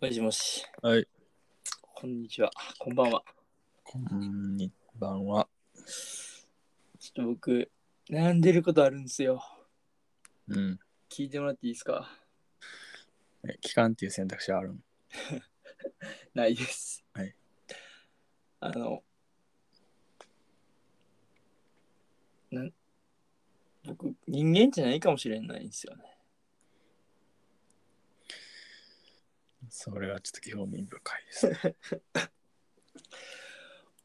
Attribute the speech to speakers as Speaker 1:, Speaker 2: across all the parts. Speaker 1: もしもし、
Speaker 2: はい。
Speaker 1: こんにちは、こんばんは。
Speaker 2: こんにばんは。
Speaker 1: ちょっと僕、悩んでることあるんですよ。
Speaker 2: うん。
Speaker 1: 聞いてもらっていいですか
Speaker 2: え期間っていう選択肢あるん
Speaker 1: ないです。
Speaker 2: はい。
Speaker 1: あの、なん僕、人間じゃないかもしれないんですよね。
Speaker 2: それはちょっと興味深いです。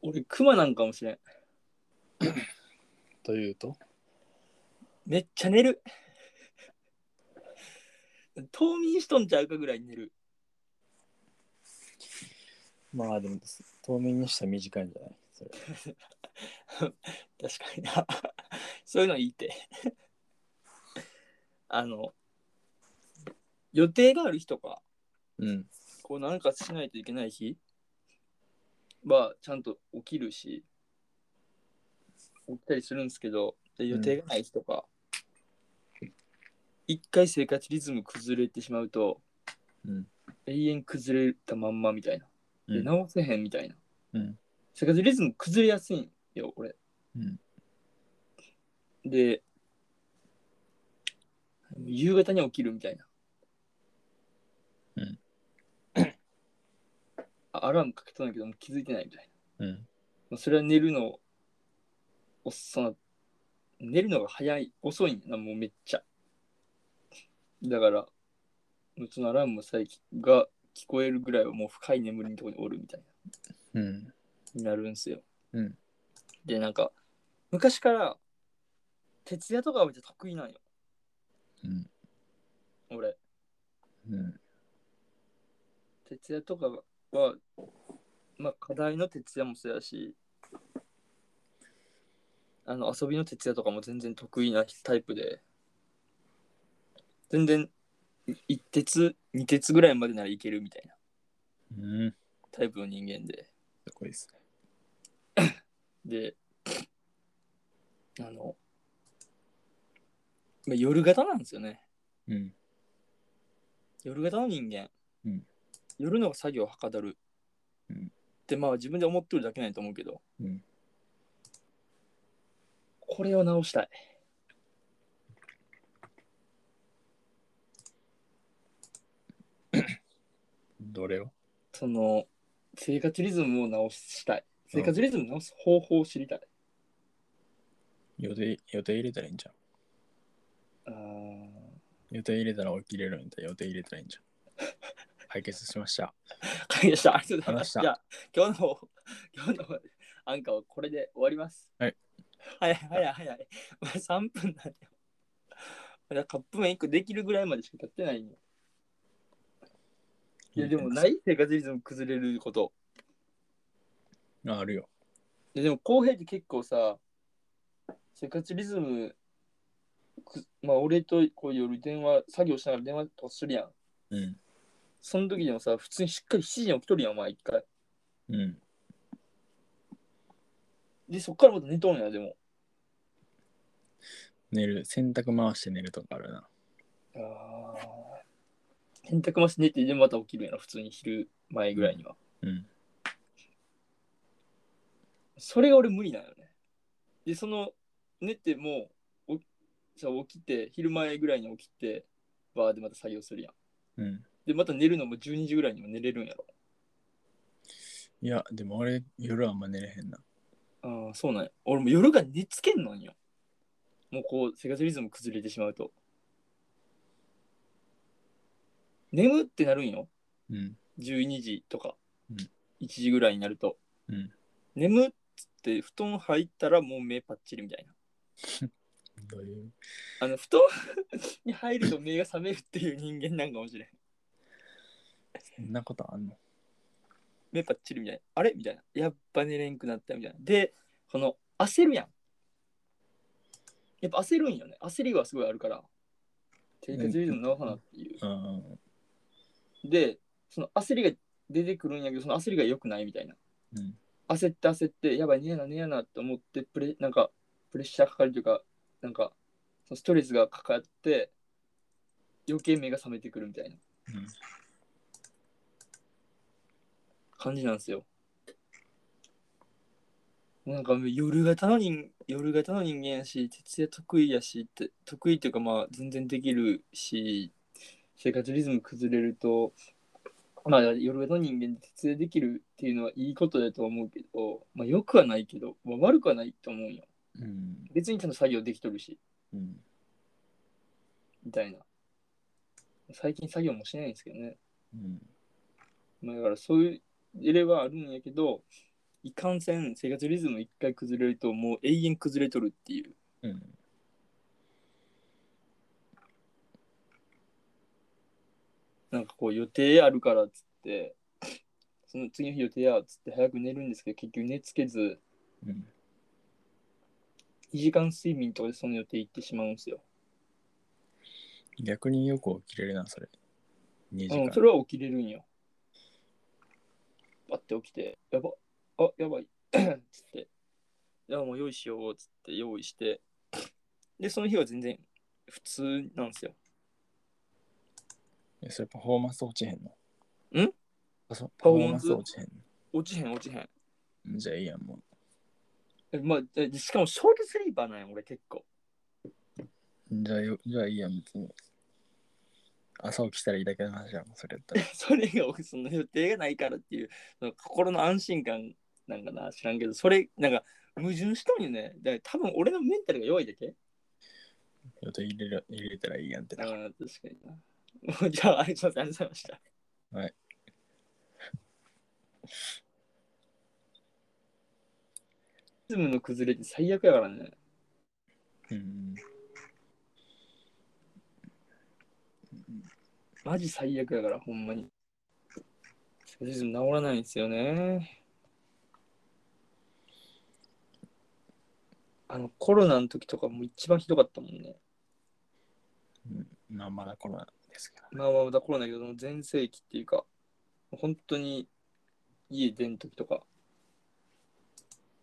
Speaker 1: 俺、クマなんかもしれん。
Speaker 2: というと
Speaker 1: めっちゃ寝る。 冬眠しとんちゃうかぐらい寝る。
Speaker 2: まあでも、透明にしたら短いんじゃないそれ
Speaker 1: 確かにな そういうのいいって あの予定がある日とか
Speaker 2: うん。
Speaker 1: こうなんかしないといけない日はちゃんと起きるし起きたりするんですけどで予定がない日とか、一回生活リズム崩れてしまうと
Speaker 2: うん。
Speaker 1: 永遠崩れたまんまみたいなで
Speaker 2: うん
Speaker 1: 直せへんみたいな、
Speaker 2: うん
Speaker 1: 生活リズム崩れやすいんよ俺
Speaker 2: うん。
Speaker 1: で、夕方に起きるみたいな。
Speaker 2: うん
Speaker 1: あアラームかけたんだけど、もう気づいてないみたい
Speaker 2: うん。
Speaker 1: な。それは寝るの、おっさな、寝るのが早い、遅いんやな、もうめっちゃ。だから、うちのアラームも最近が聞こえるぐらいはもう深い眠りのところにおるみたいな。
Speaker 2: うん。
Speaker 1: になるんすよ。
Speaker 2: うん
Speaker 1: でなんか昔から徹夜とかはめっちゃ得意なんよ
Speaker 2: うん。
Speaker 1: 俺
Speaker 2: うん。
Speaker 1: 徹夜とかはまあ課題の徹夜もそうやしあの遊びの徹夜とかも全然得意なタイプで全然1徹2徹ぐらいまでならいけるみたいな
Speaker 2: うん。
Speaker 1: タイプの人間で
Speaker 2: すごいですね。
Speaker 1: で、あの、まあ、夜型なんですよね。
Speaker 2: うん。
Speaker 1: 夜型の人間。
Speaker 2: うん
Speaker 1: 夜の作業はかどる。
Speaker 2: うん
Speaker 1: ってまあ自分で思ってるだけないと思うけど、
Speaker 2: うん
Speaker 1: これを直したい。
Speaker 2: どれを
Speaker 1: その、生活リズムを直したい。生活リズムを直す方法を知りたい。
Speaker 2: 予定、予定入れたらいいんじゃん。
Speaker 1: あ
Speaker 2: 予定入れたら起きれるんだ。予定入れたらいいんじゃん。 解決しました。
Speaker 1: あ、会議した。ありがとうございま
Speaker 2: 話し
Speaker 1: す。
Speaker 2: た
Speaker 1: じゃあ、今日の、 今日のアンカーはこれで終わります。
Speaker 2: はい。
Speaker 1: 早い早い早い。まだ3分なんだよ。まだカップ麺1個できるぐらいまでしか経ってないの。いや、でもないい生活リズム崩れること。
Speaker 2: ああるよ。
Speaker 1: ででも、公平って結構さ、生活リズム、くまあ、俺とこう夜電話、作業しながら電話とかするやん。
Speaker 2: うん。
Speaker 1: その時でもさ、普通にしっかり7時に起きとるやん、お前一回。
Speaker 2: うん。
Speaker 1: で、そっからまた寝とんや、でも。
Speaker 2: 寝る。洗濯回して寝るとかあるな。
Speaker 1: あー洗濯回し寝て、でまた起きるやろ、普通に昼前ぐらいには。
Speaker 2: うん。
Speaker 1: それが俺無理なのね。で、その、寝てもう、おそう起きて、昼前ぐらいに起きて、バーでまた作業するやん。
Speaker 2: うん。
Speaker 1: で、また寝るのも12時ぐらいにも寝れるんやろ。
Speaker 2: いや、でも俺、夜はあんま寝れへんな。
Speaker 1: ああ、そうなんや。俺も夜が寝つけんのんよ。もうこう、生活リズム崩れてしまうと。眠ってなるんよ。
Speaker 2: うん。
Speaker 1: 12時とか
Speaker 2: うん
Speaker 1: 1時ぐらいになると、
Speaker 2: うん
Speaker 1: 眠っつって布団入ったらもう目パッチリみたいな
Speaker 2: どういう
Speaker 1: あの布団に入ると目が覚めるっていう人間なんかもしれん
Speaker 2: そんなことあんの
Speaker 1: 目パッチリみたいなあれみたいなやっぱ寝れんくなったみたいなでこの焦るやんやっぱ焦るんよね焦りはすごいあるから生活リズム直さなっていう、
Speaker 2: うん
Speaker 1: でその焦りが出てくるんやけどその焦りが良くないみたいな
Speaker 2: うん
Speaker 1: 焦って焦ってやばいねやなねやなと思ってプレなんかプレッシャーかかるというかなんかそのストレスがかかって余計目が覚めてくるみたいな、
Speaker 2: うん
Speaker 1: 感じなんですよ。もうなんか夜型の人夜型の人間やし徹夜得意やしって得意っていうかまあ全然できるし生活リズム崩れるとまあ夜型の人間で徹夜できるっていうのはいいことだと思うけど、まあ、よくはないけど、まあ、悪くはないと思うんよ
Speaker 2: うん。
Speaker 1: 別にちゃんと作業できとるし
Speaker 2: うん。
Speaker 1: みたいな最近作業もしないんですけどね
Speaker 2: うん。
Speaker 1: まあ、だからそういう入れはあるんやけどいかんせん生活リズム一回崩れるともう永遠崩れとるっていう
Speaker 2: うん。
Speaker 1: なんかこう予定あるからっつってその次の日予定やっつって早く寝るんですけど結局寝つけず
Speaker 2: うん。
Speaker 1: 2時間睡眠とかでその予定行ってしまうんですよ、
Speaker 2: 逆によく起きれるな、それ。2時
Speaker 1: うん、
Speaker 2: 間。
Speaker 1: それは起きれるんよバッて起きてやばあやばいっつっていやもう用意しようっつって用意してでその日は全然普通なんですよ
Speaker 2: えそれパフォーマンス落ちへんの
Speaker 1: ん
Speaker 2: あそう
Speaker 1: パ
Speaker 2: パ
Speaker 1: フォ
Speaker 2: フォ
Speaker 1: ー
Speaker 2: ー
Speaker 1: マ
Speaker 2: マ
Speaker 1: ン
Speaker 2: ン
Speaker 1: ス
Speaker 2: ス落ちへん
Speaker 1: 落ちへん落ちへん
Speaker 2: のじゃあいいやん、も
Speaker 1: えまあ、でしかもショートスリーパーなんや、俺結構。
Speaker 2: う。じゃあよ、じゃあいいやん、別に。朝起きたらいいだけの話やもん、それやったら。
Speaker 1: それが俺その予定がないからっていう、その心の安心感なんかな、知らんけど、それ、なんか矛盾しとんよね。だから多分俺のメンタルが弱いだけ。
Speaker 2: 予定入れる入れたらいいやんって
Speaker 1: ああ
Speaker 2: な。
Speaker 1: ー、確かにな。 もうじゃあ、ありがとうございました。
Speaker 2: はい。
Speaker 1: リズムの崩れって最悪やからね。
Speaker 2: うん。
Speaker 1: マジ最悪やから、ほんまに。リズム治らないんですよね。あの、コロナの時とかも一番ひどかったもんね。
Speaker 2: まあ、まだコロナですけど。
Speaker 1: まあまあまだコロナだけど、全盛期っていうか、本当に家出ん時とか、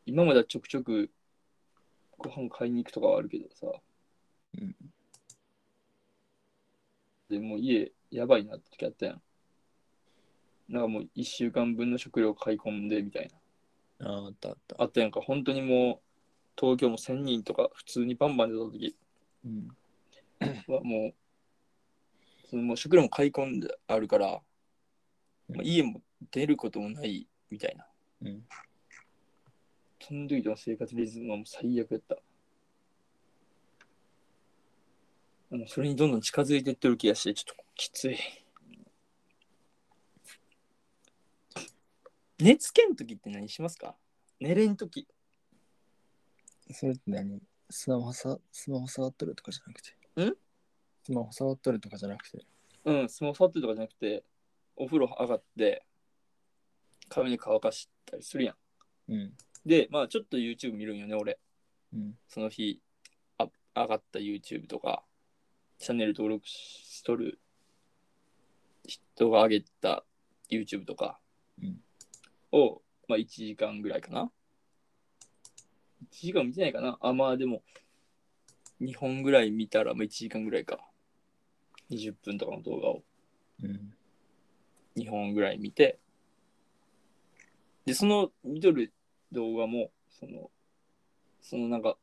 Speaker 1: 今まではちょくちょくご飯買いに行くとかはあるけどさ、
Speaker 2: うん
Speaker 1: でもう家やばいなって時あったやん。なんかもう1週間分の食料買い込んでみたいな。
Speaker 2: ああ、あったあった。
Speaker 1: あったやんか、本当にもう東京も1000人とか普通にバンバン出た時
Speaker 2: うん。
Speaker 1: はもう、そのもう食料も買い込んであるから、
Speaker 2: うん
Speaker 1: まあ、家も出ることもないみたいな。
Speaker 2: うん。
Speaker 1: その時の生活リズムはもう最悪やった。もうそれにどんどん近づいてってる気がして、ちょっときつい。寝つけん時って何しますか寝れん時。
Speaker 2: それって何スマホさ、スマホ触っとるとかじゃなくて。
Speaker 1: ん
Speaker 2: スマホ触っとるとかじゃなくて。
Speaker 1: うん、スマホ触ってるとかじゃなくて、お風呂上がって、髪乾かしたりするやん。
Speaker 2: うん。
Speaker 1: で、まあちょっと YouTube 見るんよね、俺。
Speaker 2: うん。
Speaker 1: その日、あ上がった YouTube とか、チャンネル登録しとる人が上げた YouTube とか
Speaker 2: うん
Speaker 1: を、まあ1時間ぐらいかな。1時間見てないかな。あ、まあでも、2本ぐらい見たら、まあ1時間ぐらいか。20分とかの動画を。
Speaker 2: うん。
Speaker 1: 2本ぐらい見てでその見とる動画もそのそのなんか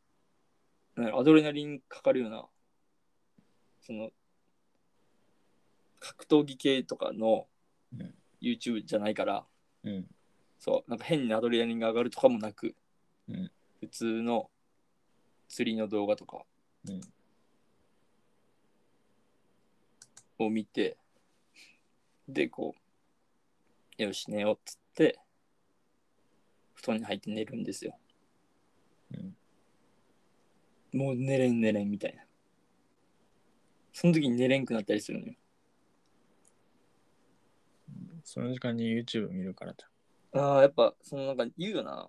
Speaker 1: なんやろアドレナリンかかるようなその格闘技系とかの
Speaker 2: うん
Speaker 1: YouTube じゃないから、
Speaker 2: うん。
Speaker 1: そうなんか変にアドレナリンが上がるとかもなく、
Speaker 2: うん
Speaker 1: 普通の釣りの動画とか
Speaker 2: うん
Speaker 1: を見て、でこうよし寝ようっつって布団に入って寝るんですよ
Speaker 2: うん。
Speaker 1: もう寝れん寝れんみたいなその時に寝れんくなったりするのよ
Speaker 2: その時間に YouTube 見るからじ
Speaker 1: ああやっぱそのなんか言うよな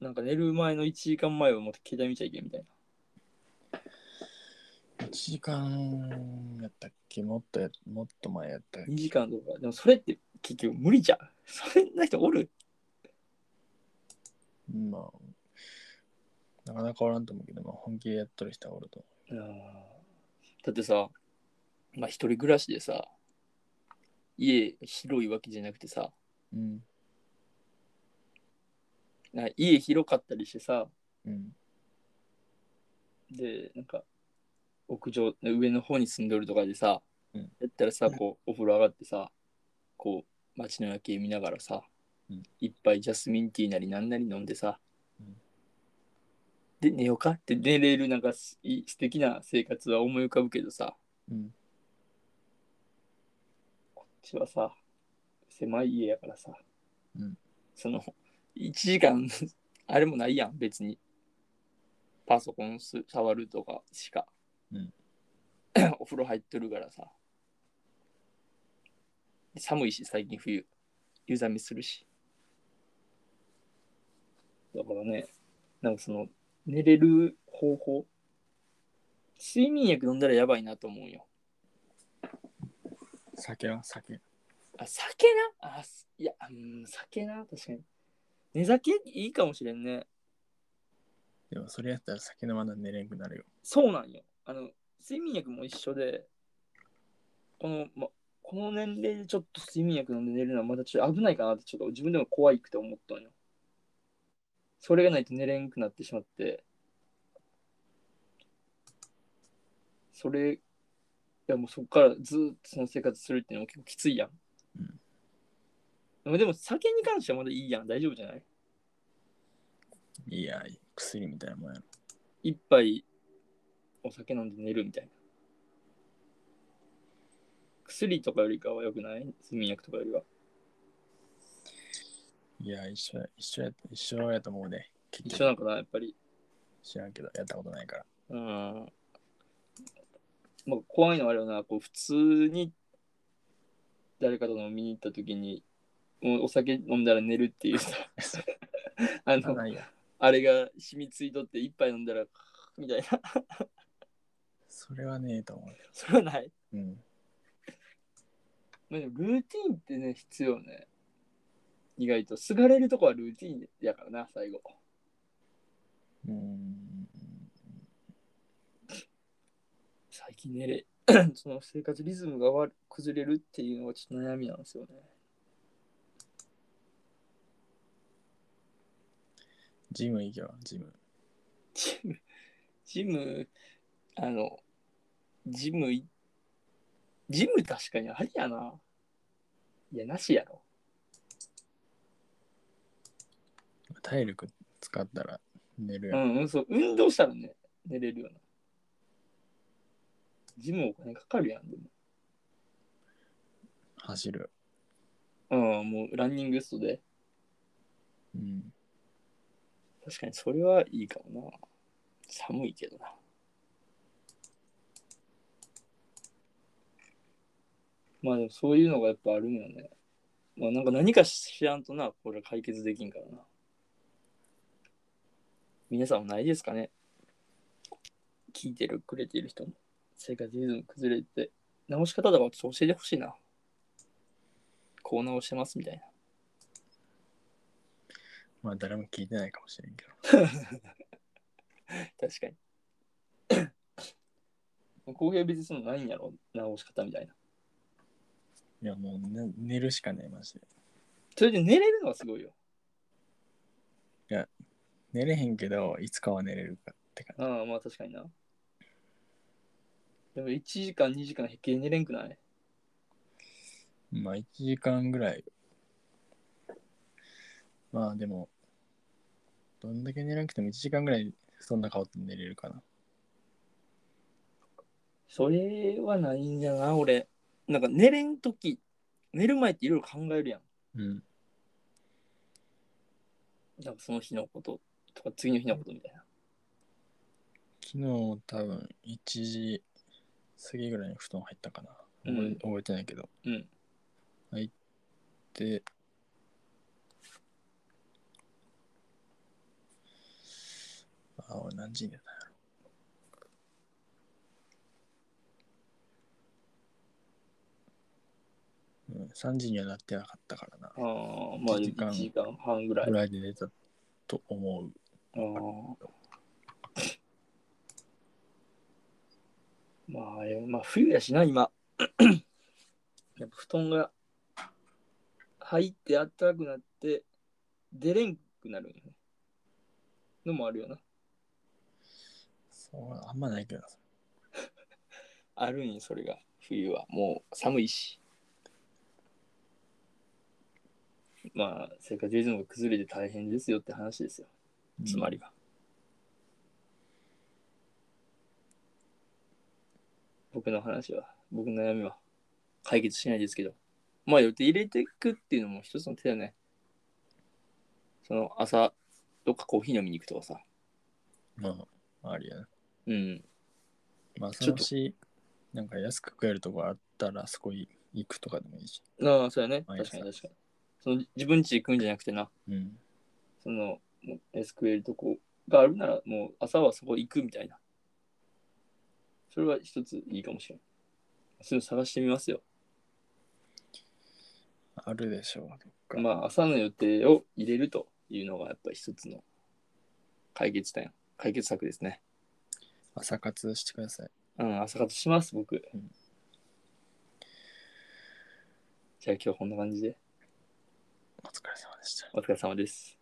Speaker 1: なんか寝る前の1時間前はもう携帯見ちゃいけんみたいな
Speaker 2: ゃん。1時間やったっけもっとや、もっと前やったっけ
Speaker 1: 2時間とかでもそれって結局無理じゃん そんな人おる
Speaker 2: まあ、なかなかおらんと思うけど、まあ、本気でやっとる人はおると思
Speaker 1: だってさ、まあ、一人暮らしでさ、家広いわけじゃなくてさ、
Speaker 2: うん。
Speaker 1: なんか家広かったりしてさ、
Speaker 2: うん。
Speaker 1: で、なんか、屋上、上の方に住んどるとかでさ、
Speaker 2: うん
Speaker 1: やったらさ、こう、お風呂上がってさ、こう、街の夜景見ながらさ、
Speaker 2: うん
Speaker 1: いっぱいジャスミンティーなりなんなり飲んでさ、
Speaker 2: うん
Speaker 1: で、寝ようかって寝れる、なんかすい素敵な生活は思い浮かぶけどさ、
Speaker 2: うん。
Speaker 1: こっちはさ、狭い家やからさ、
Speaker 2: うん
Speaker 1: その、1時間、 あれもないやん、別に。パソコンす触るとかしか。
Speaker 2: うん
Speaker 1: お風呂入っとるからさ。寒いし、最近冬。湯冷めするし。だからね、なんかその、寝れる方法。睡眠薬飲んだらやばいなと思うよ。
Speaker 2: 酒は酒。
Speaker 1: あ、酒なあ、すいや、うん、酒な、確かに。寝酒いいかもしれんね。
Speaker 2: でもそれやったら酒飲まな寝れんくなるよ。
Speaker 1: そうなんよ。あの、睡眠薬も一緒で、この、ま、この年齢でちょっと睡眠薬飲んで寝るのはまたちょっと危ないかなって、ちょっと自分でも怖いくて思ったんよ。それがないと寝れんくなってしまって、それ、いやもうそこからずーっとその生活するっていうのも結構きついやん。でも酒に関してはまだいいやん。大丈夫じゃない
Speaker 2: いや、薬みたいなもんやろ。
Speaker 1: 一杯お酒飲んで寝るみたいな。薬とかよりかは良くない睡眠薬とかよりは。
Speaker 2: いや、一緒や、一緒や、一緒やと思うで。結
Speaker 1: 一緒
Speaker 2: 局
Speaker 1: なのかな、やっぱり。
Speaker 2: 知らんけど、やったことないから。
Speaker 1: うん。まあ、怖いのはあれよな、こう普通に誰かと飲みに行った時に、もうお酒飲んだら寝るっていうさ、あの、
Speaker 2: ないや。
Speaker 1: あれが染みついとって一杯飲んだら、みたいな。
Speaker 2: それはねえと思
Speaker 1: それはない。
Speaker 2: う。うん。
Speaker 1: まあ、でもルーティーンってね、必要ね。意外と、すがれるとこはルーティーンやからな、最後。
Speaker 2: うーん。
Speaker 1: 最近寝れ、 その生活リズムが悪崩れるっていうのがちょっと悩みなんですよね。
Speaker 2: ジム行けば、ジム。
Speaker 1: ジム、ジム、あの、ジムい、ジム確かにありやな。いや、なしやろ。
Speaker 2: 体力使ったら寝る
Speaker 1: う
Speaker 2: やん。
Speaker 1: ん、うん、そう、運動したらね、寝れるよな。ジムお金かかるやん、でも。
Speaker 2: 走る。
Speaker 1: うん、もうランニングストで。
Speaker 2: うん。
Speaker 1: 確かにそれはいいかもな。寒いけどな。まあでもそういうのがやっぱあるんよね。まあなんか何かしらんとな、これ解決できんからな。皆さんもないですかね聞いてる、くれてる人も。生活リズム崩れて、直し方とかちょっと教えてほしいな。こう直してますみたいな。
Speaker 2: まあ、誰も聞いてないかもしれんけど。
Speaker 1: 確 かに。工芸別にそのないんやろ直し方みたいな。
Speaker 2: いや、もう、ね、寝るしかない、マジで。
Speaker 1: それで寝れるのはすごいよ。
Speaker 2: 寝れへんけど、いつかは寝れるかって感
Speaker 1: ああ、まあ確かにな。でも1時間2時間平気で寝れんくない
Speaker 2: じ。まあ、1時間ぐらい。まあ、でも、どんだけ寝なくても1時間ぐらい、そんな顔って寝れるかな。
Speaker 1: それはないんじゃな、俺。なんか寝れんとき、寝る前っていろいろ考えるやん。
Speaker 2: うん。
Speaker 1: なんかその日のこととか次の日のことみたいな。
Speaker 2: 昨日、多分、1時過ぎぐらいに布団入ったかな。覚え
Speaker 1: うん
Speaker 2: 覚えてないけど。
Speaker 1: うん。
Speaker 2: 入って、あ、俺何時に寝たんやろ。うん、3時にはなってなかったからな。
Speaker 1: ああ、まあ
Speaker 2: 一時間
Speaker 1: 1時間半ぐらい
Speaker 2: ぐ。らいで寝たと思う。
Speaker 1: あー まあ、あれまあ、冬やしな、今。やっぱ布団が入ってあったかくなって、出れんくなるんよね。のもあるよな。
Speaker 2: そう、あんまないけど。
Speaker 1: あるんよ、それが。冬は。もう寒いし。まあ、生活リズムが崩れて大変ですよって話ですよ。つまりは。僕の話は、僕の悩みは解決しないですけど、まあ予定入れていくっていうのも一つの手だよね。その朝、どっかコーヒー飲みに行くとかさ。
Speaker 2: まあ、ありやな。
Speaker 1: うん。
Speaker 2: まあ、
Speaker 1: ちょっ
Speaker 2: その
Speaker 1: と
Speaker 2: し、なんか安く食えるとこあったら、そこい行くとかでもいいし。
Speaker 1: ああ、そうやね。
Speaker 2: 毎
Speaker 1: 確か
Speaker 2: 朝
Speaker 1: に確かに。その自分家行くんじゃなくてな、
Speaker 2: うん。
Speaker 1: その、もう SQL とこがあるなら、もう朝はそこ行くみたいな。それは一ついいかもしれない。それを探してみますよ。
Speaker 2: あるでしょう、どっか。
Speaker 1: まあ、朝の予定を入れるというのが、やっぱり一つの解決点、解決策ですね。
Speaker 2: 朝活してください。
Speaker 1: うん、朝活します、僕。
Speaker 2: うん
Speaker 1: じゃあ今日こんな感じで、
Speaker 2: お疲れ様でした。
Speaker 1: お疲れ様です。